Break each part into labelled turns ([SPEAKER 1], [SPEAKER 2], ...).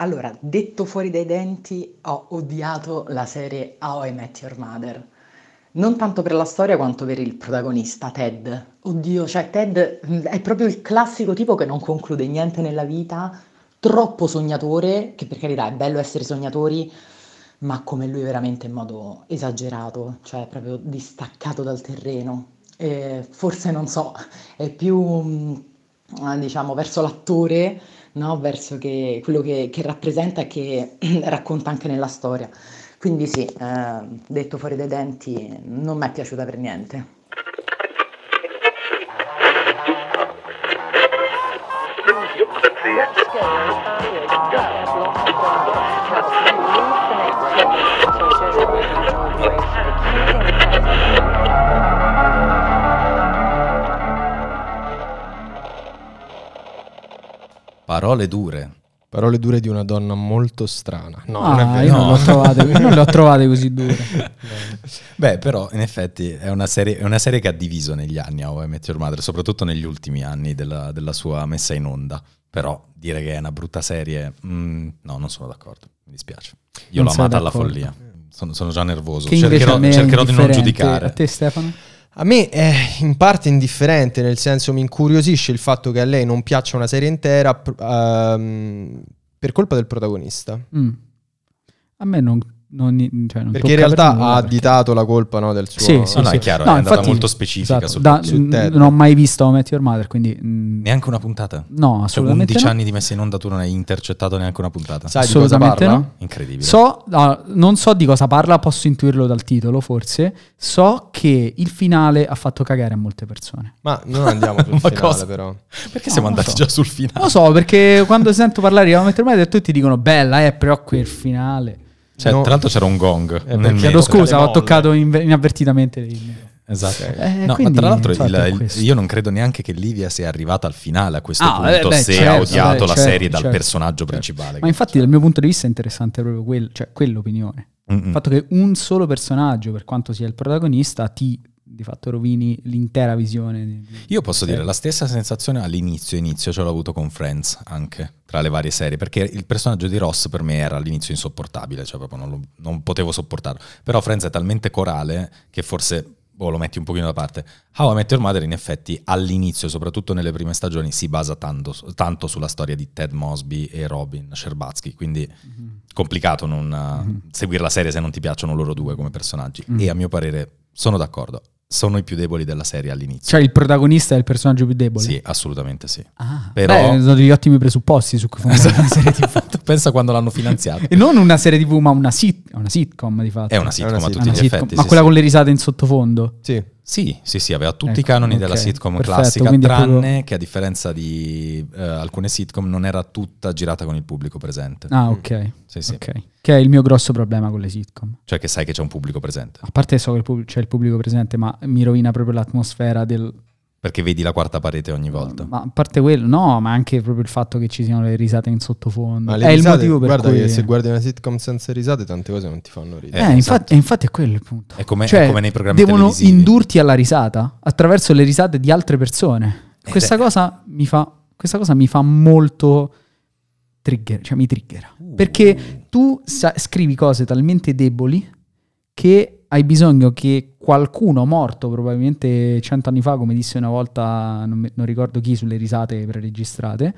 [SPEAKER 1] Allora, detto fuori dai denti, ho odiato la serie How I Met Your Mother. Non tanto per la storia quanto per il protagonista, Ted. Oddio, cioè Ted mm, è proprio il classico tipo che non conclude niente nella vita, troppo sognatore, che per carità è bello essere sognatori, ma come lui veramente in modo esagerato, cioè proprio distaccato dal terreno. E forse non so, è più, mm, ah, diciamo, verso l'attore, no? Verso che, quello che, che rappresenta e che racconta anche nella storia. Quindi sì, eh, detto fuori dai denti, non mi è piaciuta per niente.
[SPEAKER 2] Parole dure.
[SPEAKER 3] Parole dure di una donna molto strana. No, non è
[SPEAKER 4] Ah, io
[SPEAKER 3] vero.
[SPEAKER 2] No.
[SPEAKER 4] non le ho trovate, non le ho trovate così dure.
[SPEAKER 2] Beh, però in effetti è una serie, è una serie che ha diviso negli anni How I Met Your Mother, soprattutto negli ultimi anni della, della sua messa in onda. Però dire che è una brutta serie, mm, no, non sono d'accordo, mi dispiace. Io
[SPEAKER 4] Non
[SPEAKER 2] l'ho
[SPEAKER 4] sei
[SPEAKER 2] amata alla
[SPEAKER 4] d'accordo.
[SPEAKER 2] follia, sono, sono già nervoso,
[SPEAKER 4] Che invece a
[SPEAKER 2] cercherò,
[SPEAKER 4] me è
[SPEAKER 2] cercherò di non
[SPEAKER 4] indifferente. A
[SPEAKER 2] giudicare.
[SPEAKER 4] te Stefano?
[SPEAKER 3] A me è in parte indifferente, nel senso mi incuriosisce il fatto che a lei non piaccia una serie intera pr- ehm, per colpa del protagonista.
[SPEAKER 4] Mm. A me non... non- cioè, non
[SPEAKER 3] Perché in
[SPEAKER 4] tocca per
[SPEAKER 3] realtà
[SPEAKER 4] nulla, cioè,
[SPEAKER 3] ha
[SPEAKER 4] perché-
[SPEAKER 3] additato la colpa no, del suo...
[SPEAKER 4] Sì, sì,
[SPEAKER 2] No, no,
[SPEAKER 4] sì.
[SPEAKER 2] è chiaro,
[SPEAKER 4] No,
[SPEAKER 2] è andata
[SPEAKER 4] infatti,
[SPEAKER 2] molto specifica
[SPEAKER 4] esatto,
[SPEAKER 2] sul-
[SPEAKER 4] da-
[SPEAKER 2] sul
[SPEAKER 4] n-
[SPEAKER 3] Ted.
[SPEAKER 4] Non ho mai visto How I Met Your Mother, quindi... mm,
[SPEAKER 2] Neanche una puntata.
[SPEAKER 4] No,
[SPEAKER 2] Cioè,
[SPEAKER 4] assolutamente
[SPEAKER 2] 11
[SPEAKER 4] no.
[SPEAKER 2] anni di messa in onda tu non hai intercettato neanche una puntata.
[SPEAKER 3] Sai di cosa
[SPEAKER 4] Assolutamente
[SPEAKER 3] parla?
[SPEAKER 4] no.
[SPEAKER 2] Incredibile.
[SPEAKER 4] So, ah, non so di cosa parla, posso intuirlo dal titolo forse. So che il finale ha fatto cagare a molte persone.
[SPEAKER 3] Ma non andiamo sul
[SPEAKER 2] Ma
[SPEAKER 3] finale
[SPEAKER 2] cosa?
[SPEAKER 3] però.
[SPEAKER 2] Perché
[SPEAKER 4] No,
[SPEAKER 2] siamo
[SPEAKER 4] non
[SPEAKER 2] andati
[SPEAKER 4] so.
[SPEAKER 2] già sul finale?
[SPEAKER 4] Non Lo so perché quando sento parlare di How I Met Your Mother tutti dicono bella, eh, però quel finale.
[SPEAKER 2] Cioè,
[SPEAKER 3] No.
[SPEAKER 2] tra l'altro c'era un gong.
[SPEAKER 3] Eh,
[SPEAKER 2] nel
[SPEAKER 3] perché
[SPEAKER 2] mezzo.
[SPEAKER 4] Chiedo
[SPEAKER 3] Tocca
[SPEAKER 4] scusa,
[SPEAKER 3] le
[SPEAKER 4] ho
[SPEAKER 3] molle.
[SPEAKER 4] toccato inve- inavvertitamente il mio.
[SPEAKER 2] Esatto.
[SPEAKER 3] Ok.
[SPEAKER 4] Eh,
[SPEAKER 2] no,
[SPEAKER 4] quindi,
[SPEAKER 2] ma tra l'altro il-
[SPEAKER 4] infatti, è
[SPEAKER 2] il-
[SPEAKER 4] questo.
[SPEAKER 2] io non credo neanche che Livia sia arrivata al finale a questo
[SPEAKER 4] Ah, eh,
[SPEAKER 2] punto
[SPEAKER 4] beh,
[SPEAKER 2] se
[SPEAKER 4] certo,
[SPEAKER 2] ha odiato
[SPEAKER 4] beh,
[SPEAKER 2] la
[SPEAKER 4] certo,
[SPEAKER 2] serie dal
[SPEAKER 4] certo,
[SPEAKER 2] personaggio
[SPEAKER 4] certo.
[SPEAKER 2] principale.
[SPEAKER 4] Ma infatti dal mio punto di vista è interessante proprio quel- cioè, quell'opinione.
[SPEAKER 2] Mm-mm.
[SPEAKER 4] Il fatto che un solo personaggio, per quanto sia il protagonista, ti di fatto rovini l'intera visione. di- di-
[SPEAKER 2] Io posso
[SPEAKER 4] di-
[SPEAKER 2] dire la stessa sensazione all'inizio, inizio ce l'ho avuto con Friends anche tra le varie serie, perché il personaggio di Ross per me era all'inizio insopportabile, cioè proprio non, lo- non potevo sopportarlo. Però Friends è talmente corale che forse boh, lo metti un pochino da parte. How I Met Your Mother in effetti all'inizio, soprattutto nelle prime stagioni, si basa tanto, tanto sulla storia di Ted Mosby e Robin Scherbatsky, quindi
[SPEAKER 4] Mhm.
[SPEAKER 2] complicato non, eh,
[SPEAKER 4] Mhm.
[SPEAKER 2] seguire la serie se non ti piacciono loro due come personaggi.
[SPEAKER 4] Mm.
[SPEAKER 2] E a mio parere sono d'accordo, sono i più deboli della serie all'inizio.
[SPEAKER 4] Cioè il protagonista è il personaggio più debole.
[SPEAKER 2] Sì, assolutamente sì.
[SPEAKER 4] Ah,
[SPEAKER 2] Però-
[SPEAKER 4] beh, sono degli ottimi presupposti su cui fondare una serie TV.
[SPEAKER 2] Esatto, Pensa quando l'hanno finanziata.
[SPEAKER 4] E non una serie TV, ma una, sit- una sitcom di fatto. Ah,
[SPEAKER 2] È una sitcom
[SPEAKER 3] È
[SPEAKER 2] a
[SPEAKER 3] una sitcom.
[SPEAKER 2] Eh, tutti
[SPEAKER 4] Una
[SPEAKER 2] gli
[SPEAKER 4] sitcom,
[SPEAKER 2] effetti.
[SPEAKER 4] ma
[SPEAKER 2] sì,
[SPEAKER 4] quella
[SPEAKER 2] sì. Mm.
[SPEAKER 4] con le risate in sottofondo.
[SPEAKER 3] Sì.
[SPEAKER 2] Sì, sì, sì, aveva tutti i
[SPEAKER 4] Ecco,
[SPEAKER 2] canoni della
[SPEAKER 4] ok,
[SPEAKER 2] sitcom
[SPEAKER 4] perfetto,
[SPEAKER 2] classica,
[SPEAKER 4] quindi è
[SPEAKER 2] tranne
[SPEAKER 4] proprio-
[SPEAKER 2] che a differenza di eh, alcune sitcom non era tutta girata con il pubblico presente.
[SPEAKER 4] Ah, ok.
[SPEAKER 2] Sì, sì.
[SPEAKER 4] ok. Che è il mio grosso problema con le sitcom.
[SPEAKER 2] Cioè che sai che c'è un pubblico presente.
[SPEAKER 4] A parte so che il pub- c'è il pubblico presente, ma mi rovina proprio l'atmosfera del...
[SPEAKER 2] Perché vedi la quarta parete ogni volta.
[SPEAKER 4] Ma a parte quello, no, ma anche proprio il fatto che ci siano le risate in sottofondo.
[SPEAKER 3] Ma
[SPEAKER 4] È
[SPEAKER 3] le risate,
[SPEAKER 4] il motivo per
[SPEAKER 3] guarda
[SPEAKER 4] cui...
[SPEAKER 3] che se guardi una sitcom senza risate tante cose non ti fanno
[SPEAKER 4] Eh,
[SPEAKER 3] ridere.
[SPEAKER 2] esatto.
[SPEAKER 4] infatti, infatti è quello il punto.
[SPEAKER 2] È come, è
[SPEAKER 4] Cioè,
[SPEAKER 2] come nei programmi
[SPEAKER 4] devono
[SPEAKER 2] televisivi.
[SPEAKER 4] indurti alla risata attraverso le risate di altre persone.
[SPEAKER 2] Eh,
[SPEAKER 4] Questa,
[SPEAKER 2] beh.
[SPEAKER 4] cosa, mi fa, questa cosa mi fa molto trigger, cioè mi triggera.
[SPEAKER 2] Uh.
[SPEAKER 4] Perché tu sa- scrivi cose talmente deboli che hai bisogno che qualcuno morto, probabilmente cent'anni fa, come disse una volta, non, mi- non ricordo chi, sulle risate preregistrate,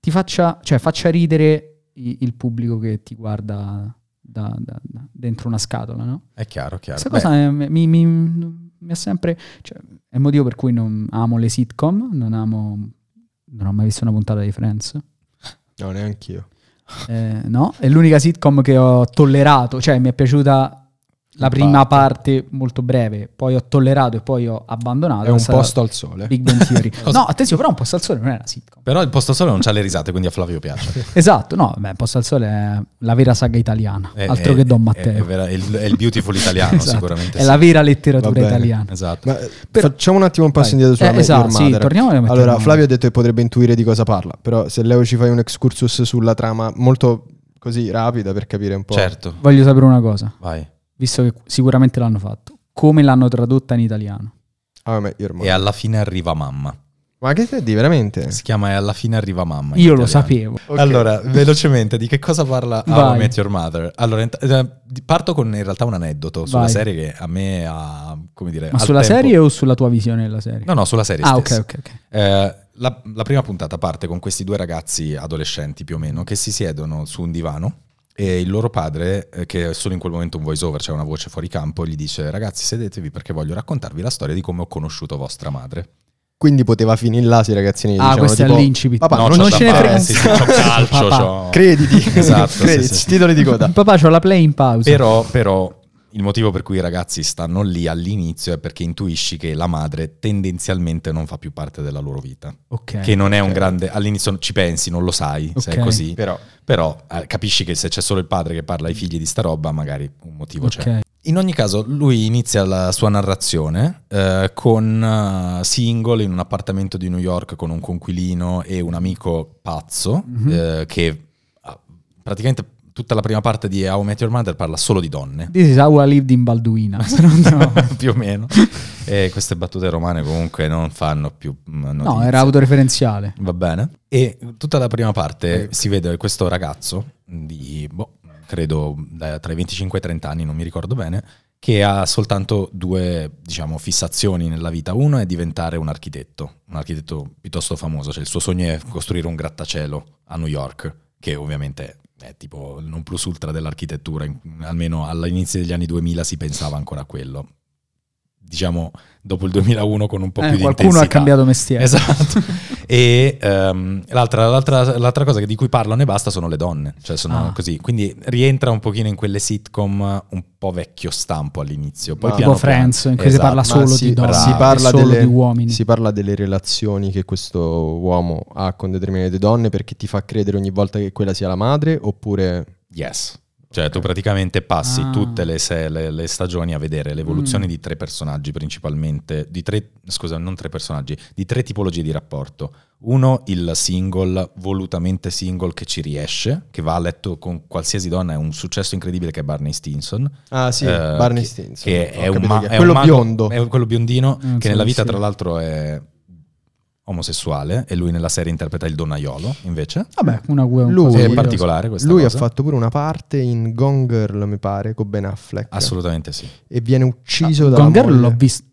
[SPEAKER 4] ti faccia, cioè, faccia ridere i- il pubblico che ti guarda da- da- da- dentro una scatola, no?
[SPEAKER 2] È chiaro, chiaro.
[SPEAKER 3] Certo.
[SPEAKER 4] Questa
[SPEAKER 2] Beh,
[SPEAKER 4] cosa eh, mi, mi- mi ha sempre. cioè, è il motivo per cui non amo le sitcom. Non amo. Non ho mai visto una puntata di Friends.
[SPEAKER 3] No, neanche io.
[SPEAKER 4] Eh, no, è l'unica sitcom che ho tollerato. Cioè, mi è piaciuta la
[SPEAKER 2] In
[SPEAKER 4] prima parte molto breve. Poi ho tollerato e poi ho abbandonato.
[SPEAKER 3] È un
[SPEAKER 4] Questa era
[SPEAKER 3] posto al sole.
[SPEAKER 4] Big Bang Theory.
[SPEAKER 2] Cosa-
[SPEAKER 4] no, attenzione, però un posto al sole non è una sitcom.
[SPEAKER 2] Però il posto solo non c'ha le risate, quindi a Flavio piace.
[SPEAKER 4] Esatto, no, beh, Posto al Sole è la vera saga italiana,
[SPEAKER 3] Eh,
[SPEAKER 2] È-
[SPEAKER 4] altro
[SPEAKER 2] è-
[SPEAKER 4] che Don
[SPEAKER 2] È, è
[SPEAKER 4] Matteo.
[SPEAKER 2] vera- è il, è il beautiful italiano,
[SPEAKER 4] Esatto,
[SPEAKER 2] sicuramente.
[SPEAKER 4] È
[SPEAKER 2] sì.
[SPEAKER 4] la vera letteratura
[SPEAKER 3] Va bene.
[SPEAKER 4] italiana.
[SPEAKER 2] Esatto.
[SPEAKER 3] Ma, eh,
[SPEAKER 4] Però-
[SPEAKER 3] facciamo un attimo un passo
[SPEAKER 4] Vai.
[SPEAKER 3] indietro sulla
[SPEAKER 4] Eh,
[SPEAKER 3] Met
[SPEAKER 4] esatto,
[SPEAKER 3] Your
[SPEAKER 4] sì,
[SPEAKER 3] Mother.
[SPEAKER 4] torniamo alla Met Your
[SPEAKER 3] Allora,
[SPEAKER 4] Mother.
[SPEAKER 3] Flavio ha detto che potrebbe intuire di cosa parla, però se Leo ci fai un excursus sulla trama molto così rapida per capire un po'.
[SPEAKER 2] Certo,
[SPEAKER 4] Voglio sapere una cosa.
[SPEAKER 2] vai.
[SPEAKER 4] visto che sicuramente l'hanno fatto, come l'hanno tradotta in italiano.
[SPEAKER 3] Ah, vabbè, io ormai-
[SPEAKER 2] E alla fine arriva mamma.
[SPEAKER 3] Ma che te di veramente?
[SPEAKER 2] Si chiama E alla fine arriva mamma. in
[SPEAKER 4] Io lo
[SPEAKER 2] italiano.
[SPEAKER 4] sapevo.
[SPEAKER 3] Ok.
[SPEAKER 2] Eh. Allora, velocemente, di che cosa parla How
[SPEAKER 4] Vai.
[SPEAKER 2] I Met Your Mother? Allora, int- eh, di- parto con in realtà un aneddoto sulla
[SPEAKER 4] Vai.
[SPEAKER 2] serie che a me ha, come dire...
[SPEAKER 4] Ma
[SPEAKER 2] al
[SPEAKER 4] sulla
[SPEAKER 2] tempo-
[SPEAKER 4] serie o sulla tua visione della serie?
[SPEAKER 2] No, no, sulla serie
[SPEAKER 4] ah,
[SPEAKER 2] stessa.
[SPEAKER 4] ok, ok, ok.
[SPEAKER 2] Eh, la, la prima puntata parte con questi due ragazzi adolescenti più o meno che si siedono su un divano e il loro padre, eh, che è solo in quel momento un voice over, cioè una voce fuori campo, gli dice ragazzi sedetevi perché voglio raccontarvi la storia di come ho conosciuto vostra madre.
[SPEAKER 3] Quindi poteva finire là, sì, ragazzini.
[SPEAKER 4] Ah,
[SPEAKER 3] diciamo,
[SPEAKER 4] questo è
[SPEAKER 3] tipo,
[SPEAKER 4] l'incipit.
[SPEAKER 3] Papà,
[SPEAKER 4] No,
[SPEAKER 3] non,
[SPEAKER 4] c'ho
[SPEAKER 3] non
[SPEAKER 4] da
[SPEAKER 3] ce ne frega.
[SPEAKER 4] fare,
[SPEAKER 3] un
[SPEAKER 4] sì,
[SPEAKER 3] cazzo.
[SPEAKER 2] c'ho calcio,
[SPEAKER 4] Papà.
[SPEAKER 2] c'ho-
[SPEAKER 3] Crediti,
[SPEAKER 2] Esatto, sì,
[SPEAKER 3] crediti,
[SPEAKER 2] sì.
[SPEAKER 3] titoli di coda.
[SPEAKER 4] Papà, c'ho la play in pausa.
[SPEAKER 2] Però, però il motivo per cui i ragazzi stanno lì all'inizio è perché intuisci che la madre tendenzialmente non fa più parte della loro vita.
[SPEAKER 4] ok.
[SPEAKER 2] Che non è un
[SPEAKER 3] Eh, Ok.
[SPEAKER 2] grande. All'inizio ci pensi, non lo sai se è
[SPEAKER 4] Ok.
[SPEAKER 2] così.
[SPEAKER 3] Però
[SPEAKER 2] Però eh, capisci che se c'è solo il padre che parla ai figli di sta roba, magari un motivo c'è.
[SPEAKER 4] ok.
[SPEAKER 2] In ogni caso, lui inizia la sua narrazione eh, con eh, Single in un appartamento di New York con un conquilino e un amico pazzo
[SPEAKER 4] Mhm.
[SPEAKER 2] eh, che ah, praticamente tutta la prima parte di How I Met Your Mother parla solo di donne,
[SPEAKER 4] This is how I lived in Balduina. Se non- no.
[SPEAKER 2] più o meno. E queste battute romane comunque non fanno più mm,
[SPEAKER 4] No,
[SPEAKER 2] notizia.
[SPEAKER 4] era autoreferenziale.
[SPEAKER 2] Va bene. E tutta la prima parte
[SPEAKER 4] Eh.
[SPEAKER 3] Ecco.
[SPEAKER 2] si vede questo ragazzo di, boh, credo da- tra i 25 e i 30 anni, non mi ricordo bene, che ha soltanto due, diciamo, fissazioni nella vita. Uno è diventare un architetto, un architetto piuttosto famoso, cioè il suo sogno è costruire un grattacielo a New York, che ovviamente è tipo il non plus ultra dell'architettura, in- almeno all'inizio degli anni 2000 si pensava ancora a quello. Diciamo dopo il 2001 con un po'
[SPEAKER 4] Eh,
[SPEAKER 2] più di
[SPEAKER 4] qualcuno ha
[SPEAKER 2] intensità.
[SPEAKER 4] cambiato mestiere.
[SPEAKER 2] Esatto. e ehm, l'altra, l'altra- l'altra cosa che- di cui parlano e basta sono le donne, cioè sono
[SPEAKER 4] Ah.
[SPEAKER 2] così. Quindi rientra un pochino in quelle sitcom un po' vecchio stampo all'inizio. Poi
[SPEAKER 3] Ma-
[SPEAKER 2] piano
[SPEAKER 4] tipo Ah. Friends, in cui si
[SPEAKER 2] Esatto.
[SPEAKER 4] parla
[SPEAKER 2] Ma
[SPEAKER 4] solo
[SPEAKER 3] si-
[SPEAKER 4] di donne,
[SPEAKER 2] si
[SPEAKER 4] e
[SPEAKER 3] parla
[SPEAKER 4] solo
[SPEAKER 3] delle-
[SPEAKER 4] di uomini.
[SPEAKER 3] si parla delle relazioni che questo uomo ha con determinate donne perché ti fa credere ogni volta che quella sia la madre oppure...
[SPEAKER 2] Yes. Cioè, tu praticamente passi
[SPEAKER 4] Ah.
[SPEAKER 2] tutte le, se- le- le stagioni a vedere l'evoluzione
[SPEAKER 4] Mm.
[SPEAKER 2] di tre personaggi principalmente, di tre, scusa, non tre personaggi, di tre tipologie di rapporto. Uno, il single, volutamente single, che ci riesce, che va a letto con qualsiasi donna, è un successo incredibile che è Barney Stinson.
[SPEAKER 3] Ah sì,
[SPEAKER 2] Eh,
[SPEAKER 3] Barney
[SPEAKER 2] che-
[SPEAKER 3] Stinson.
[SPEAKER 2] Che
[SPEAKER 3] Ho
[SPEAKER 2] è un,
[SPEAKER 3] capito
[SPEAKER 2] ma-
[SPEAKER 3] chi è.
[SPEAKER 2] è un
[SPEAKER 3] quello
[SPEAKER 2] mago-
[SPEAKER 3] biondo.
[SPEAKER 2] È quello biondino
[SPEAKER 4] Non
[SPEAKER 2] che
[SPEAKER 4] so,
[SPEAKER 2] nella vita,
[SPEAKER 4] Mm, sì.
[SPEAKER 2] tra l'altro, è omosessuale e lui nella serie interpreta il donnaiolo, invece.
[SPEAKER 4] Vabbè, una guerra un po'
[SPEAKER 3] Lui-
[SPEAKER 2] È
[SPEAKER 4] curiosa.
[SPEAKER 2] particolare questa
[SPEAKER 3] Lui
[SPEAKER 2] cosa.
[SPEAKER 3] ha fatto pure una parte in Gone Girl, mi pare, con Ben Affleck.
[SPEAKER 2] Assolutamente sì.
[SPEAKER 3] E viene ucciso
[SPEAKER 4] Ah,
[SPEAKER 3] dalla
[SPEAKER 4] Gone Girl
[SPEAKER 3] moglie.
[SPEAKER 4] l'ho visto.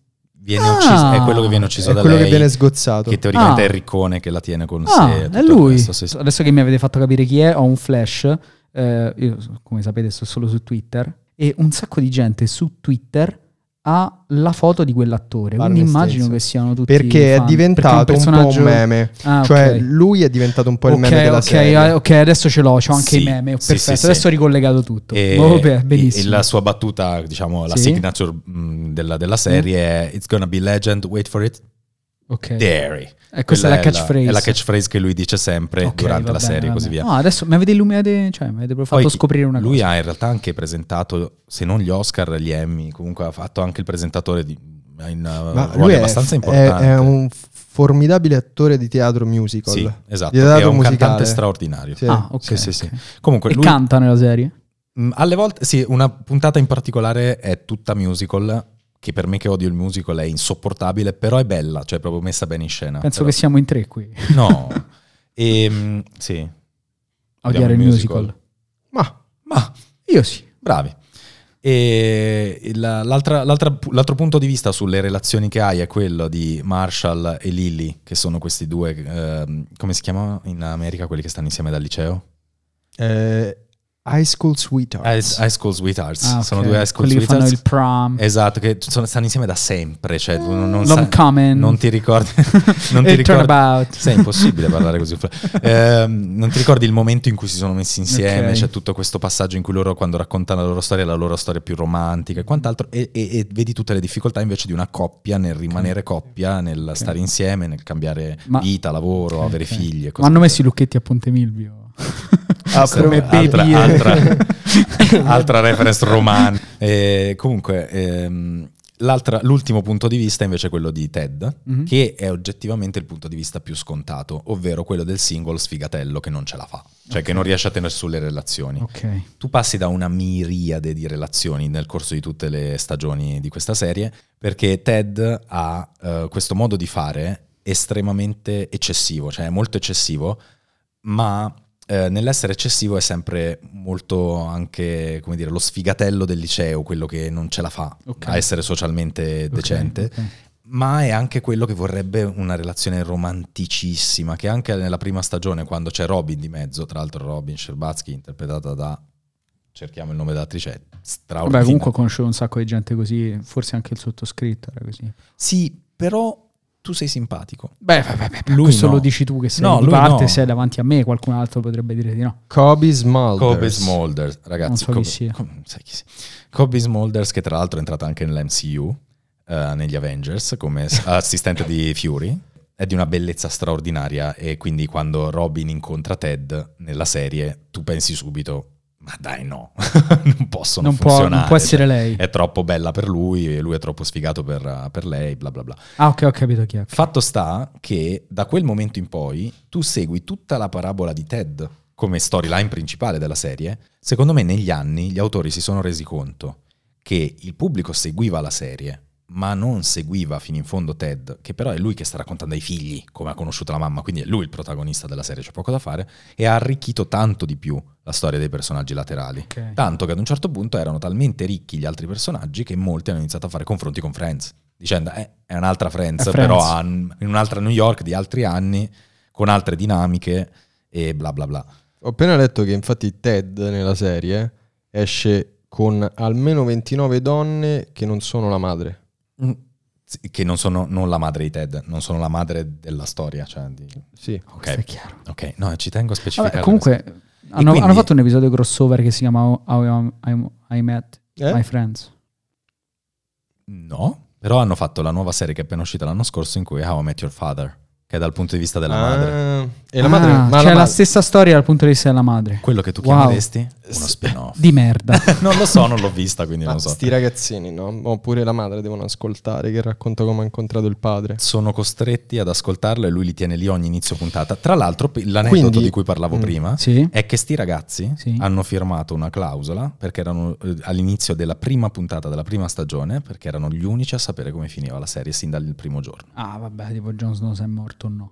[SPEAKER 2] Viene
[SPEAKER 4] Ah.
[SPEAKER 2] ucciso, è quello che viene ucciso
[SPEAKER 3] È
[SPEAKER 2] da
[SPEAKER 3] quello
[SPEAKER 2] lei,
[SPEAKER 3] che viene sgozzato.
[SPEAKER 2] che teoricamente
[SPEAKER 4] Ah.
[SPEAKER 2] è il riccone che la tiene con
[SPEAKER 4] Ah,
[SPEAKER 2] sé. e tutto
[SPEAKER 4] è
[SPEAKER 2] il
[SPEAKER 4] lui.
[SPEAKER 2] resto, sì, sì.
[SPEAKER 4] Adesso che mi avete fatto capire chi è, ho un flash. Eh, io, come sapete, sto solo su Twitter. E un sacco di gente su Twitter ha la foto di quell'attore.
[SPEAKER 3] Barney
[SPEAKER 4] quindi immagino
[SPEAKER 3] Stinson.
[SPEAKER 4] che siano tutti.
[SPEAKER 3] Perché è
[SPEAKER 4] fan.
[SPEAKER 3] diventato
[SPEAKER 4] Perché
[SPEAKER 3] un, po' un meme.
[SPEAKER 4] Ah,
[SPEAKER 3] cioè,
[SPEAKER 4] ok.
[SPEAKER 3] lui è diventato un po' il
[SPEAKER 4] Ok,
[SPEAKER 3] meme della
[SPEAKER 4] ok,
[SPEAKER 3] serie.
[SPEAKER 4] ah, ok, adesso ce l'ho, c'ho anche
[SPEAKER 2] Sì,
[SPEAKER 4] i meme. oh,
[SPEAKER 2] sì,
[SPEAKER 4] perfetto,
[SPEAKER 2] sì, sì.
[SPEAKER 4] adesso ho ricollegato tutto.
[SPEAKER 2] E,
[SPEAKER 4] Oh, beh,
[SPEAKER 2] e- e
[SPEAKER 4] benissimo.
[SPEAKER 2] la sua battuta, diciamo, la
[SPEAKER 4] Sì. Mm.
[SPEAKER 2] signature mh, della, della serie è It's gonna be legend, wait for it,
[SPEAKER 4] Ok.
[SPEAKER 2] dairy.
[SPEAKER 4] E questa è la catchphrase.
[SPEAKER 2] è la catchphrase che lui dice sempre
[SPEAKER 4] Ok,
[SPEAKER 2] durante
[SPEAKER 4] va
[SPEAKER 2] la
[SPEAKER 4] bene,
[SPEAKER 2] serie e
[SPEAKER 4] va
[SPEAKER 2] così
[SPEAKER 4] bene.
[SPEAKER 2] via.
[SPEAKER 4] No, adesso mi avete illuminato, cioè mi avete proprio fatto
[SPEAKER 2] Poi
[SPEAKER 4] scoprire una
[SPEAKER 2] lui
[SPEAKER 4] cosa.
[SPEAKER 2] ha in realtà anche presentato, se non gli Oscar, gli Emmy, comunque ha fatto anche il presentatore di, in uh,
[SPEAKER 3] Ma
[SPEAKER 2] ruoli
[SPEAKER 3] lui è,
[SPEAKER 2] abbastanza
[SPEAKER 3] è-
[SPEAKER 2] importanti.
[SPEAKER 3] è un formidabile attore di teatro musical.
[SPEAKER 2] Sì, esatto,
[SPEAKER 3] Di
[SPEAKER 2] che è
[SPEAKER 3] teatro
[SPEAKER 2] un
[SPEAKER 3] musicale.
[SPEAKER 2] cantante straordinario.
[SPEAKER 3] Sì.
[SPEAKER 4] Ah, ok.
[SPEAKER 2] Sì, sì, sì.
[SPEAKER 4] ok.
[SPEAKER 2] Comunque
[SPEAKER 4] E
[SPEAKER 2] lui
[SPEAKER 4] canta nella serie?
[SPEAKER 2] mh, alle volte sì, una puntata in particolare è tutta musical, che per me che odio il musical è insopportabile, però è bella, cioè è proprio messa bene in scena.
[SPEAKER 4] Penso
[SPEAKER 2] Però-
[SPEAKER 4] che siamo in tre qui.
[SPEAKER 2] No. Ehm, sì.
[SPEAKER 4] A odiare il
[SPEAKER 2] Abbiamo
[SPEAKER 4] musical.
[SPEAKER 3] Ma
[SPEAKER 2] Ma
[SPEAKER 4] Io sì.
[SPEAKER 2] Bravi. E la- l'altra- l'altra- l'altro punto di vista sulle relazioni che hai è quello di Marshall e Lily, che sono questi due, ehm, come si chiamano in America quelli che stanno insieme dal liceo?
[SPEAKER 3] eh, High School Sweethearts.
[SPEAKER 2] High, High School Sweethearts.
[SPEAKER 4] Ah, ok.
[SPEAKER 2] Sono due high school
[SPEAKER 4] Quelli che fanno
[SPEAKER 2] sweethearts.
[SPEAKER 4] il prom.
[SPEAKER 2] Esatto, che sono- stanno insieme da sempre, cioè tu non, non sa-
[SPEAKER 4] L'homecoming.
[SPEAKER 2] non ti ricordi, non ti
[SPEAKER 4] Il
[SPEAKER 2] ricordi,
[SPEAKER 4] turnabout.
[SPEAKER 2] Sì, è impossibile parlare così. Ehm, non ti ricordi il momento in cui si sono messi insieme?
[SPEAKER 4] Ok.
[SPEAKER 2] C'è tutto questo passaggio in cui loro, quando raccontano la loro storia, la loro storia più romantica e quant'altro, e, e- e vedi tutte le difficoltà invece di una coppia nel rimanere coppia, nel stare insieme, nel cambiare
[SPEAKER 4] Ma-
[SPEAKER 2] vita, lavoro,
[SPEAKER 4] Ok,
[SPEAKER 2] avere
[SPEAKER 4] ok.
[SPEAKER 2] figli e cose
[SPEAKER 4] Ma hanno
[SPEAKER 2] del
[SPEAKER 4] messo i lucchetti a Ponte Milvio.
[SPEAKER 3] Ah,
[SPEAKER 2] Questa è
[SPEAKER 3] come
[SPEAKER 2] un'altra-
[SPEAKER 3] baby.
[SPEAKER 2] altra, altra reference romana. Eh, comunque, ehm, l'altra- l'ultimo punto di vista è invece è quello di Ted,
[SPEAKER 4] Mhm.
[SPEAKER 2] che è oggettivamente il punto di vista più scontato, ovvero quello del single sfigatello che non ce la fa, cioè che non riesce a tenere sulle relazioni.
[SPEAKER 4] Ok.
[SPEAKER 2] Tu passi da una miriade di relazioni nel corso di tutte le stagioni di questa serie, perché Ted ha eh, questo modo di fare estremamente eccessivo, cioè è molto eccessivo, ma eh, nell'essere eccessivo è sempre molto anche, come dire, lo sfigatello del liceo, quello che non ce la fa
[SPEAKER 4] Ok.
[SPEAKER 2] a essere socialmente
[SPEAKER 4] Ok,
[SPEAKER 2] decente,
[SPEAKER 4] ok.
[SPEAKER 2] ma è anche quello che vorrebbe una relazione romanticissima, che anche nella prima stagione, quando c'è Robin di mezzo, tra l'altro Robin Scherbatsky, interpretata da, cerchiamo il nome dell'attrice, è straordinaria.
[SPEAKER 4] Vabbè, comunque conoscevo un sacco di gente così, forse anche il sottoscritto era così.
[SPEAKER 2] Sì, però tu sei simpatico.
[SPEAKER 4] Beh, vabbè, vabbè,
[SPEAKER 2] Lui
[SPEAKER 4] questo
[SPEAKER 2] no.
[SPEAKER 4] lo dici tu che sei
[SPEAKER 2] No,
[SPEAKER 4] di
[SPEAKER 2] lui
[SPEAKER 4] parte,
[SPEAKER 2] no.
[SPEAKER 4] sei davanti a me, qualcun altro potrebbe dire di no.
[SPEAKER 3] Kobe Smulders.
[SPEAKER 2] Kobe Smulders, ragazzi.
[SPEAKER 4] Non so chi
[SPEAKER 2] Kobe,
[SPEAKER 4] sia.
[SPEAKER 2] Kobe- non sai chi sia. Kobe Smulders, che tra l'altro è entrata anche nell'MCU, eh, negli Avengers, come s- assistente di Fury. È di una bellezza straordinaria e quindi quando Robin incontra Ted nella serie, tu pensi subito, ma dai no, non possono
[SPEAKER 4] Non può,
[SPEAKER 2] funzionare.
[SPEAKER 4] non può essere lei.
[SPEAKER 2] cioè, È troppo bella per lui e lui è troppo sfigato per, per lei, bla bla bla.
[SPEAKER 4] Ah, ok, ho capito chi è.
[SPEAKER 2] Fatto sta che da quel momento in poi tu segui tutta la parabola di Ted come storyline principale della serie. Secondo me negli anni gli autori si sono resi conto che il pubblico seguiva la serie, ma non seguiva fino in fondo Ted, che però è lui che sta raccontando ai figli come ha conosciuto la mamma, quindi è lui il protagonista della serie, c'è poco da fare, e ha arricchito tanto di più la storia dei personaggi laterali.
[SPEAKER 4] Ok.
[SPEAKER 2] Tanto che ad un certo punto erano talmente ricchi gli altri personaggi che molti hanno iniziato a fare confronti con Friends, dicendo eh, è un'altra Friends,
[SPEAKER 4] È Friends.
[SPEAKER 2] però a- in un'altra New York di altri anni, con altre dinamiche e bla bla bla.
[SPEAKER 3] Ho appena letto che infatti Ted nella serie esce con almeno 29 donne che non sono la madre.
[SPEAKER 2] Sì, Mm, Che non sono non la madre di Ted, non sono la madre della storia. Cioè di-
[SPEAKER 3] Sì.
[SPEAKER 4] Questo
[SPEAKER 2] Ok,
[SPEAKER 4] è chiaro.
[SPEAKER 2] ok, no, ci tengo a
[SPEAKER 4] Oh, Vabbè,
[SPEAKER 2] specificare.
[SPEAKER 4] comunque, hanno,
[SPEAKER 2] quindi-
[SPEAKER 4] hanno fatto un episodio crossover che si chiama How- How I, I- I Met
[SPEAKER 3] Eh?
[SPEAKER 4] My Friends.
[SPEAKER 2] No, però hanno fatto la nuova serie che è appena uscita l'anno scorso in cui è How I Met Your Father, che è dal punto di vista della madre.
[SPEAKER 3] Ah, E la madre...
[SPEAKER 4] Ah,
[SPEAKER 3] ma
[SPEAKER 4] cioè
[SPEAKER 3] la
[SPEAKER 4] la,
[SPEAKER 3] madre-
[SPEAKER 4] stessa storia dal punto di vista della madre.
[SPEAKER 2] Quello che tu
[SPEAKER 4] Wow.
[SPEAKER 2] chiameresti uno spin-off.
[SPEAKER 4] Di merda.
[SPEAKER 2] non lo so, non l'ho vista, quindi
[SPEAKER 3] ma
[SPEAKER 2] non so.
[SPEAKER 3] sti ragazzini, no? Oppure la madre devono ascoltare che racconta come ha incontrato il padre.
[SPEAKER 2] Sono costretti ad ascoltarlo e lui li tiene lì ogni inizio puntata. Tra l'altro, p- l'aneddoto
[SPEAKER 3] Quindi-
[SPEAKER 2] di cui parlavo
[SPEAKER 3] Mm.
[SPEAKER 2] prima
[SPEAKER 4] sì.
[SPEAKER 2] è che sti ragazzi
[SPEAKER 4] Sì.
[SPEAKER 3] ah.
[SPEAKER 2] hanno firmato una clausola perché erano eh, all'inizio della prima puntata della prima stagione, perché erano gli unici a sapere come finiva la serie sin dal primo giorno.
[SPEAKER 4] Ah, vabbè, tipo Jon Snow se è morto o no.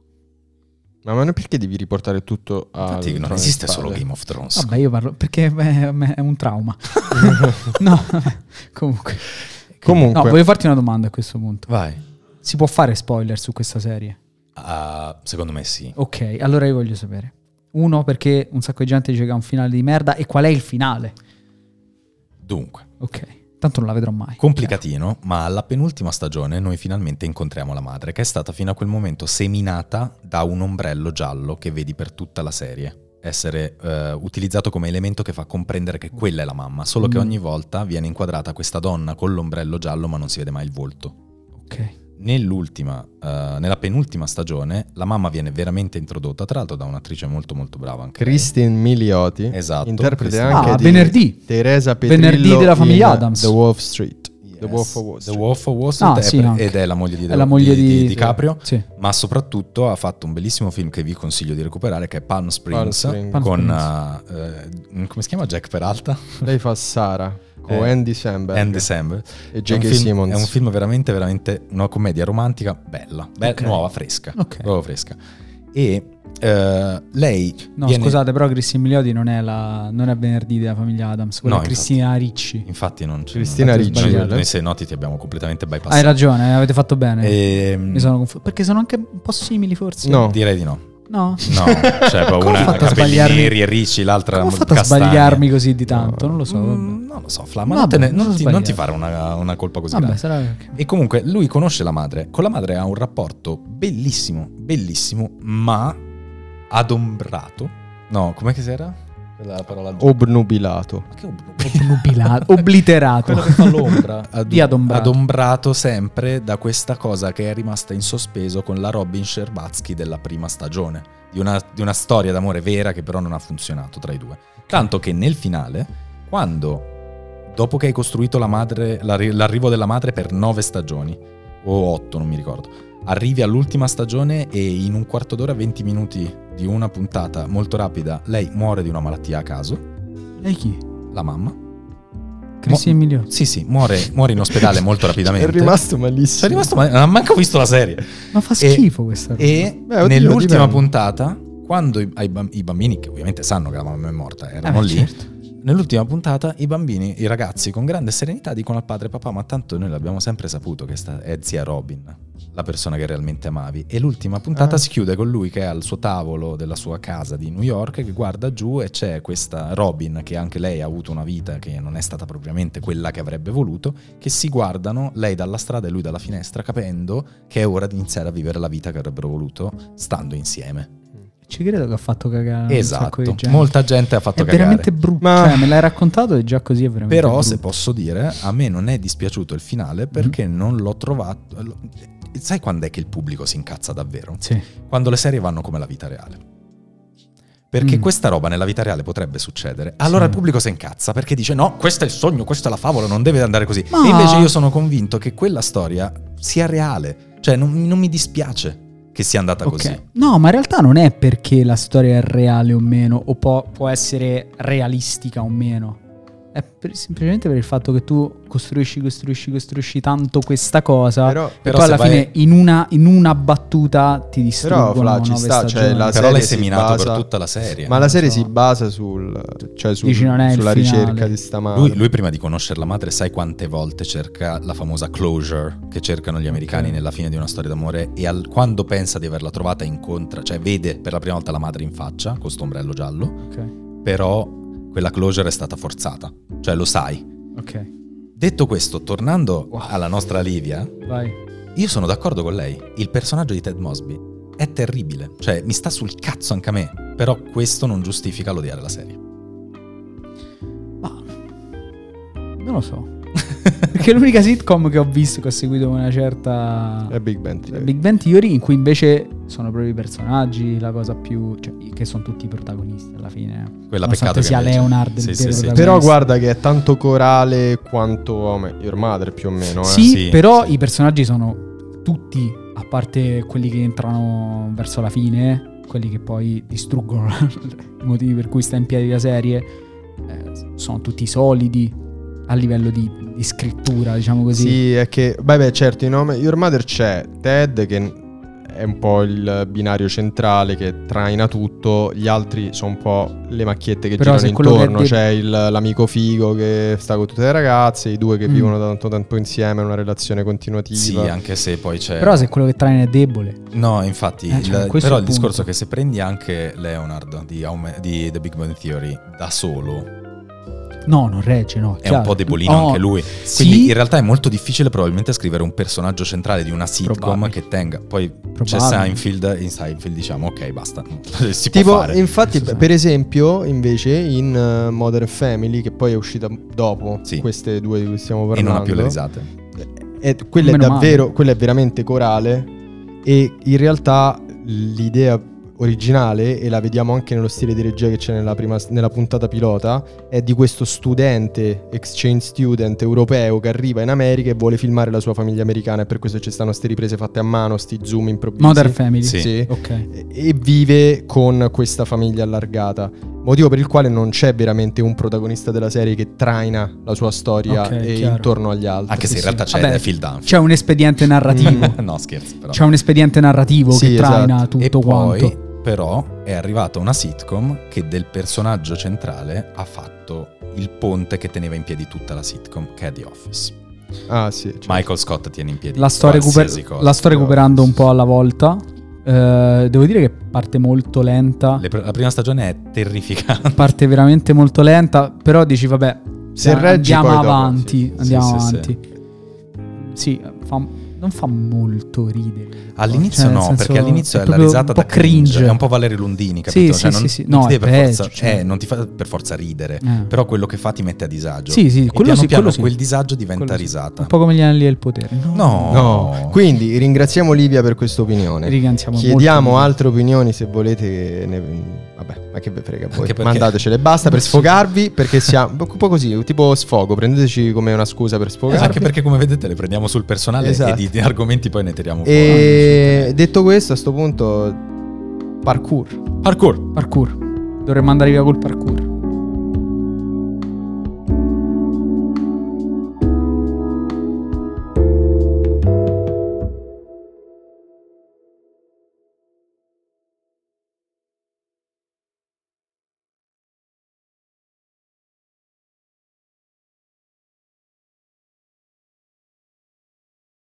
[SPEAKER 3] Ma, ma perché devi riportare tutto a...
[SPEAKER 2] Infatti, non esiste solo Game of Thrones.
[SPEAKER 4] Vabbè, io parlo perché beh, a me è un trauma. no, vabbè, comunque. No,
[SPEAKER 3] Comunque...
[SPEAKER 4] voglio farti una domanda a questo punto.
[SPEAKER 2] Vai.
[SPEAKER 4] Si può fare spoiler su questa serie?
[SPEAKER 2] Ah, secondo me sì.
[SPEAKER 4] Ok, allora io voglio sapere. Uno, perché un sacco di gente dice che ha un finale di merda e qual è il finale?
[SPEAKER 2] Dunque,
[SPEAKER 4] Ok, tanto non la vedrò mai.
[SPEAKER 2] complicatino, ma alla penultima stagione noi finalmente incontriamo la madre, che è stata fino a quel momento seminata da un ombrello giallo che vedi per tutta la serie essere eh, utilizzato come elemento che fa comprendere che quella è la mamma, solo che
[SPEAKER 4] Mm.
[SPEAKER 2] ogni volta viene inquadrata questa donna con l'ombrello giallo ma non si vede mai il volto.
[SPEAKER 4] Ok.
[SPEAKER 2] Nell'ultima, eh, nella penultima stagione la mamma viene veramente introdotta, tra l'altro da un'attrice molto molto brava anche. lei.
[SPEAKER 3] Christine Milioti
[SPEAKER 2] Esatto,
[SPEAKER 3] interprete
[SPEAKER 2] Christine.
[SPEAKER 3] anche
[SPEAKER 4] Ah,
[SPEAKER 3] di
[SPEAKER 4] venerdì.
[SPEAKER 3] Teresa Petrillo
[SPEAKER 4] Venerdì della famiglia
[SPEAKER 3] in
[SPEAKER 4] Addams.
[SPEAKER 3] The Wolf Street. The
[SPEAKER 2] Yes.
[SPEAKER 3] Wolf of Wall Street.
[SPEAKER 2] The Wolf of Wall Street
[SPEAKER 4] Ah,
[SPEAKER 2] è
[SPEAKER 4] sì,
[SPEAKER 2] pre-
[SPEAKER 4] anche.
[SPEAKER 2] ed è la moglie di,
[SPEAKER 4] È la moglie
[SPEAKER 2] di- di
[SPEAKER 4] di-
[SPEAKER 2] DiCaprio.
[SPEAKER 4] Sì.
[SPEAKER 2] ma soprattutto ha fatto un bellissimo film che vi consiglio di recuperare che è Palm Springs,
[SPEAKER 3] Springs.
[SPEAKER 4] Palm
[SPEAKER 2] con
[SPEAKER 4] Springs.
[SPEAKER 2] eh, eh, come si chiama Jack Peralta
[SPEAKER 3] Lei fa Sara con
[SPEAKER 2] Eh,
[SPEAKER 3] Andy Samberg
[SPEAKER 2] and December
[SPEAKER 3] e
[SPEAKER 2] è un,
[SPEAKER 3] J.K.
[SPEAKER 2] film,
[SPEAKER 3] Simmons.
[SPEAKER 2] è un film veramente veramente una commedia romantica bella, be-
[SPEAKER 4] Ok.
[SPEAKER 2] nuova fresca
[SPEAKER 4] Ok.
[SPEAKER 2] proprio fresca e eh, lei
[SPEAKER 4] No,
[SPEAKER 2] viene-
[SPEAKER 4] scusate, però Christine Milioti non è, la, non è venerdì della famiglia Adams, quella
[SPEAKER 2] No,
[SPEAKER 4] è Cristina Ricci.
[SPEAKER 2] infatti non c'è
[SPEAKER 3] Cristina
[SPEAKER 2] non-
[SPEAKER 4] Ricci.
[SPEAKER 2] noi-
[SPEAKER 4] Sbagliato.
[SPEAKER 2] noi se noti ti abbiamo completamente
[SPEAKER 4] Hai
[SPEAKER 2] bypassato
[SPEAKER 4] ragione, eh, avete fatto bene.
[SPEAKER 2] Ehm,
[SPEAKER 4] Mi sono confuso. Perché sono anche un po' simili, forse.
[SPEAKER 3] No.
[SPEAKER 2] direi di no
[SPEAKER 4] No?
[SPEAKER 2] No, cioè proprio
[SPEAKER 4] Come ho
[SPEAKER 2] una
[SPEAKER 4] fatto a
[SPEAKER 2] capelli
[SPEAKER 4] sbagliarmi?
[SPEAKER 2] neri e ricci, l'altra
[SPEAKER 4] Come ho fatto a
[SPEAKER 2] castagna.
[SPEAKER 4] sbagliarmi così di tanto? Non lo so. vabbè.
[SPEAKER 2] Mm, non lo so, Fla, ma
[SPEAKER 4] Vabbè,
[SPEAKER 2] non, te ne-
[SPEAKER 4] non
[SPEAKER 2] non
[SPEAKER 4] ho
[SPEAKER 2] ti, non ti
[SPEAKER 4] sbagliato.
[SPEAKER 2] fare una, una colpa così
[SPEAKER 4] Vabbè,
[SPEAKER 2] grande.
[SPEAKER 4] sarà
[SPEAKER 2] E comunque lui conosce la madre, con la madre ha un rapporto bellissimo, bellissimo, ma adombrato. No, com'è che si era? Quella è la parola giusta.
[SPEAKER 3] Obnubilato.
[SPEAKER 2] Ma che
[SPEAKER 4] obnubilato, obliterato.
[SPEAKER 2] Quello che fa l'ombra.
[SPEAKER 4] Ah, Di adombrato.
[SPEAKER 2] Adombrato sempre da questa cosa che è rimasta in sospeso con la Robin Scherbatsky della prima stagione. Di una, di una storia d'amore vera che però non ha funzionato tra i due. Tanto che nel finale, quando, dopo che hai costruito la madre, l'arri- l'arrivo della madre per nove stagioni, o otto, non mi ricordo, arrivi all'ultima stagione e in un quarto d'ora, 20 minuti di una puntata molto rapida, lei muore di una malattia a caso,
[SPEAKER 4] E chi?
[SPEAKER 2] la mamma.
[SPEAKER 4] Chris
[SPEAKER 2] Mo-
[SPEAKER 4] Emilio.
[SPEAKER 2] Sì, sì, muore, muore in ospedale molto rapidamente.
[SPEAKER 3] È rimasto malissimo.
[SPEAKER 2] È rimasto male, non ha manco visto la serie.
[SPEAKER 4] Ma fa
[SPEAKER 2] E-
[SPEAKER 4] schifo questa roba.
[SPEAKER 2] E
[SPEAKER 3] Beh, Eh, oddio,
[SPEAKER 2] nell'ultima
[SPEAKER 3] dipende.
[SPEAKER 2] puntata, quando i, ai bam- i bambini, che ovviamente sanno che la mamma è morta, erano
[SPEAKER 4] Eh beh,
[SPEAKER 2] lì,
[SPEAKER 4] certo.
[SPEAKER 2] nell'ultima puntata i bambini, i ragazzi con grande serenità dicono al padre, papà, ma tanto noi l'abbiamo sempre saputo che sta- è zia Robin, la persona che realmente amavi. E l'ultima puntata
[SPEAKER 3] Ah.
[SPEAKER 2] si chiude con lui che è al suo tavolo della sua casa di New York, che guarda giù e c'è questa Robin, che anche lei ha avuto una vita che non è stata propriamente quella che avrebbe voluto, che si guardano, lei dalla strada e lui dalla finestra, capendo che è ora di iniziare a vivere la vita che avrebbero voluto stando insieme.
[SPEAKER 4] Ci credo che ha fatto cagare. un
[SPEAKER 2] esatto,
[SPEAKER 4] sacco di gente.
[SPEAKER 2] molta gente ha fatto
[SPEAKER 4] È
[SPEAKER 2] cagare.
[SPEAKER 4] veramente brutto.
[SPEAKER 3] Ma-
[SPEAKER 4] Cioè, me l'hai raccontato e già così è veramente
[SPEAKER 2] Però
[SPEAKER 4] brutto. Mhm.
[SPEAKER 2] se posso dire, a me non è dispiaciuto il finale perché non l'ho trovato... lo- Sai quando è che il pubblico si incazza davvero?
[SPEAKER 4] Sì.
[SPEAKER 2] Quando le serie vanno come la vita reale. Perché
[SPEAKER 4] Mm.
[SPEAKER 2] questa roba nella vita reale potrebbe succedere. Allora il pubblico si incazza perché dice no, questo è il sogno, questa è la favola, non deve andare così.
[SPEAKER 4] Ma-
[SPEAKER 2] E invece io sono convinto che quella storia sia reale. Cioè non, non mi dispiace che sia andata
[SPEAKER 4] Ok.
[SPEAKER 2] così.
[SPEAKER 4] No, ma in realtà non è perché la storia è reale o meno, o può, può essere realistica o meno. È per- semplicemente per il fatto che tu costruisci, costruisci, costruisci tanto questa cosa.
[SPEAKER 3] Però,
[SPEAKER 4] e
[SPEAKER 2] Però
[SPEAKER 4] poi
[SPEAKER 2] se
[SPEAKER 4] alla
[SPEAKER 2] vai-
[SPEAKER 4] fine in una, in una battuta ti distruggono
[SPEAKER 3] però Fla, ci
[SPEAKER 4] nove
[SPEAKER 3] sta, cioè,
[SPEAKER 4] stagioni.
[SPEAKER 3] la
[SPEAKER 2] Però l'hai
[SPEAKER 3] serie si
[SPEAKER 2] seminato per
[SPEAKER 3] basa-
[SPEAKER 2] tutta la serie.
[SPEAKER 3] ma la serie
[SPEAKER 4] so.
[SPEAKER 3] si basa sul, cioè sul-
[SPEAKER 4] Dici, non è il
[SPEAKER 3] sulla
[SPEAKER 4] finale.
[SPEAKER 3] ricerca di sta mano.
[SPEAKER 4] Ah.
[SPEAKER 2] Lui, lui prima di conoscere la madre, sai quante volte cerca la famosa closure che cercano gli americani
[SPEAKER 4] Ok.
[SPEAKER 2] nella fine di una storia d'amore e al- quando pensa di averla trovata incontra, cioè vede per la prima volta la madre in faccia con sto ombrello giallo,
[SPEAKER 4] Ok,
[SPEAKER 2] però quella closure è stata forzata, cioè lo sai.
[SPEAKER 4] ok,
[SPEAKER 2] Detto questo, tornando
[SPEAKER 4] Wow.
[SPEAKER 2] alla nostra Livia,
[SPEAKER 4] vai.
[SPEAKER 2] io sono d'accordo con lei, il personaggio di Ted Mosby è terribile, cioè mi sta sul cazzo anche a me, però questo non giustifica l'odiare la serie.
[SPEAKER 4] Ma non lo so. Perché l'unica sitcom che ho visto che ho seguito con una certa
[SPEAKER 3] è Big Bang Theory.
[SPEAKER 4] Cioè, Big Bang Theory in cui invece sono proprio i personaggi, la cosa più cioè che sono tutti i protagonisti alla fine.
[SPEAKER 2] Quella
[SPEAKER 4] Nonostante
[SPEAKER 2] peccato che
[SPEAKER 4] sia
[SPEAKER 2] invece-
[SPEAKER 4] Leonard il
[SPEAKER 2] Sì, sì,
[SPEAKER 4] vero
[SPEAKER 2] sì.
[SPEAKER 4] protagonista.
[SPEAKER 3] Però guarda che è tanto corale quanto Home- Your Mother più o meno. eh.
[SPEAKER 4] sì,
[SPEAKER 2] sì,
[SPEAKER 4] però
[SPEAKER 2] sì.
[SPEAKER 4] i personaggi sono tutti a parte quelli che entrano verso la fine, quelli che poi distruggono i motivi per cui sta in piedi la serie eh, sono tutti solidi a livello di, di scrittura, diciamo così.
[SPEAKER 2] eh.
[SPEAKER 3] Sì, è che, beh, beh, certo, in Home- Your Mother c'è Ted che è un po' il binario centrale che traina tutto, gli altri sono un po' le macchiette che
[SPEAKER 4] Però
[SPEAKER 3] girano
[SPEAKER 4] se quello che è
[SPEAKER 3] intorno,
[SPEAKER 4] de-
[SPEAKER 3] c'è il- l'amico figo che sta con tutte le ragazze, i due che
[SPEAKER 4] Mm.
[SPEAKER 3] vivono da tanto tempo insieme, una relazione
[SPEAKER 2] Sì,
[SPEAKER 3] continuativa.
[SPEAKER 2] anche se poi c'è...
[SPEAKER 4] Però se quello che traina è debole,
[SPEAKER 2] No, infatti,
[SPEAKER 4] Eh, cioè,
[SPEAKER 2] il-
[SPEAKER 4] questo
[SPEAKER 2] però
[SPEAKER 4] è
[SPEAKER 2] il
[SPEAKER 4] il punto.
[SPEAKER 2] discorso è che se prendi anche Leonard di, Aume- di The Big Bang Theory da solo
[SPEAKER 4] no, non regge, no.
[SPEAKER 2] è
[SPEAKER 4] chiaro.
[SPEAKER 2] un po' debolino
[SPEAKER 4] No,
[SPEAKER 2] anche lui.
[SPEAKER 4] sì,
[SPEAKER 2] Quindi in realtà è molto difficile probabilmente scrivere un personaggio centrale di una sitcom
[SPEAKER 4] Probabile.
[SPEAKER 2] che tenga. Poi c'è
[SPEAKER 4] Probabile.
[SPEAKER 2] Seinfeld, in Seinfeld diciamo ok basta, si può
[SPEAKER 3] Tipo,
[SPEAKER 2] fare.
[SPEAKER 3] infatti,
[SPEAKER 4] Questo sì.
[SPEAKER 3] per esempio, invece in eh, Modern Family, che poi è uscita dopo
[SPEAKER 2] Sì.
[SPEAKER 3] queste due di cui stiamo
[SPEAKER 2] e
[SPEAKER 3] parlando,
[SPEAKER 2] non ha più le risate.
[SPEAKER 3] E quella Eh, è
[SPEAKER 4] Meno
[SPEAKER 3] davvero, quella è veramente corale e in realtà l'idea originale, e la vediamo anche nello stile di regia che c'è nella, prima, nella puntata pilota, è di questo studente, exchange student europeo che arriva in America e vuole filmare la sua famiglia americana e per questo ci stanno ste riprese fatte a mano, sti zoom improvvisi.
[SPEAKER 4] Modern Family.
[SPEAKER 2] Sì.
[SPEAKER 3] Sì
[SPEAKER 4] Ok.
[SPEAKER 3] e- e vive con questa famiglia allargata. Motivo per il quale non c'è veramente un protagonista della serie che traina la sua storia
[SPEAKER 4] Ok,
[SPEAKER 3] e
[SPEAKER 4] chiaro.
[SPEAKER 3] intorno agli altri.
[SPEAKER 2] Anche se in
[SPEAKER 4] sì.
[SPEAKER 2] realtà c'è
[SPEAKER 4] Vabbè. Cioè,
[SPEAKER 2] Phil Dunphy.
[SPEAKER 4] C'è un espediente narrativo.
[SPEAKER 2] no scherzo però.
[SPEAKER 4] C'è un espediente narrativo
[SPEAKER 3] Sì,
[SPEAKER 4] che traina
[SPEAKER 3] esatto.
[SPEAKER 4] tutto
[SPEAKER 2] e poi
[SPEAKER 4] quanto.
[SPEAKER 2] però è arrivata una sitcom che del personaggio centrale ha fatto il ponte che teneva in piedi tutta la sitcom che è The Office.
[SPEAKER 3] Ah, sì. certo.
[SPEAKER 2] Michael Scott tiene in piedi
[SPEAKER 4] La sto, recuper-
[SPEAKER 2] qualsiasi cosa.
[SPEAKER 4] la sto recuperando un po' alla volta. Eh, devo dire che parte molto lenta.
[SPEAKER 2] Le pr- la prima stagione è terrificante.
[SPEAKER 4] Parte veramente molto lenta. Però dici, vabbè,
[SPEAKER 3] Se
[SPEAKER 4] dai,
[SPEAKER 3] reggi,
[SPEAKER 4] andiamo
[SPEAKER 3] poi dopo,
[SPEAKER 4] avanti.
[SPEAKER 2] sì.
[SPEAKER 4] andiamo
[SPEAKER 2] Sì, sì,
[SPEAKER 4] avanti. Sì, fa- non fa molto ridere.
[SPEAKER 2] All'inizio
[SPEAKER 4] Cioè, nel
[SPEAKER 2] no,
[SPEAKER 4] senso,
[SPEAKER 2] perché all'inizio è, la
[SPEAKER 4] proprio
[SPEAKER 2] risata
[SPEAKER 4] un po'
[SPEAKER 2] da cringe.
[SPEAKER 4] cringe.
[SPEAKER 2] è un po' Valerio Lundini,
[SPEAKER 4] Sì,
[SPEAKER 2] capito?
[SPEAKER 4] sì,
[SPEAKER 2] Cioè, non,
[SPEAKER 4] sì, sì.
[SPEAKER 2] non
[SPEAKER 4] No,
[SPEAKER 2] ti
[SPEAKER 4] è
[SPEAKER 2] deve per
[SPEAKER 4] peggio,
[SPEAKER 2] forza,
[SPEAKER 4] cioè.
[SPEAKER 2] eh, non ti fa per forza ridere,
[SPEAKER 4] Eh.
[SPEAKER 2] però quello che fa ti mette a disagio.
[SPEAKER 4] Sì, sì,
[SPEAKER 2] E
[SPEAKER 4] quello
[SPEAKER 2] piano
[SPEAKER 4] sì,
[SPEAKER 2] piano
[SPEAKER 4] quello sì.
[SPEAKER 2] quel disagio diventa
[SPEAKER 4] Quello sì.
[SPEAKER 2] risata.
[SPEAKER 4] Un po' come gli anelli del potere.
[SPEAKER 2] No.
[SPEAKER 3] No. Quindi ringraziamo Livia per questa opinione.
[SPEAKER 4] Riganziamo
[SPEAKER 3] Chiediamo
[SPEAKER 4] molto.
[SPEAKER 3] altre opinioni se volete. ne- Vabbè, ma che ve frega voi.
[SPEAKER 2] Anche perché-
[SPEAKER 3] Mandatecele, basta per sfogarvi. Perché siamo un po' così, tipo sfogo. Prendeteci come una scusa per
[SPEAKER 2] Eh,
[SPEAKER 3] sfogarvi.
[SPEAKER 2] Anche perché come vedete le prendiamo sul personale
[SPEAKER 3] Esatto.
[SPEAKER 2] e di, di argomenti poi ne tiriamo fuori. eh,
[SPEAKER 3] E detto questo, a sto punto, parkour.
[SPEAKER 2] Parkour.
[SPEAKER 4] Parkour. Dovremmo andare via col parkour.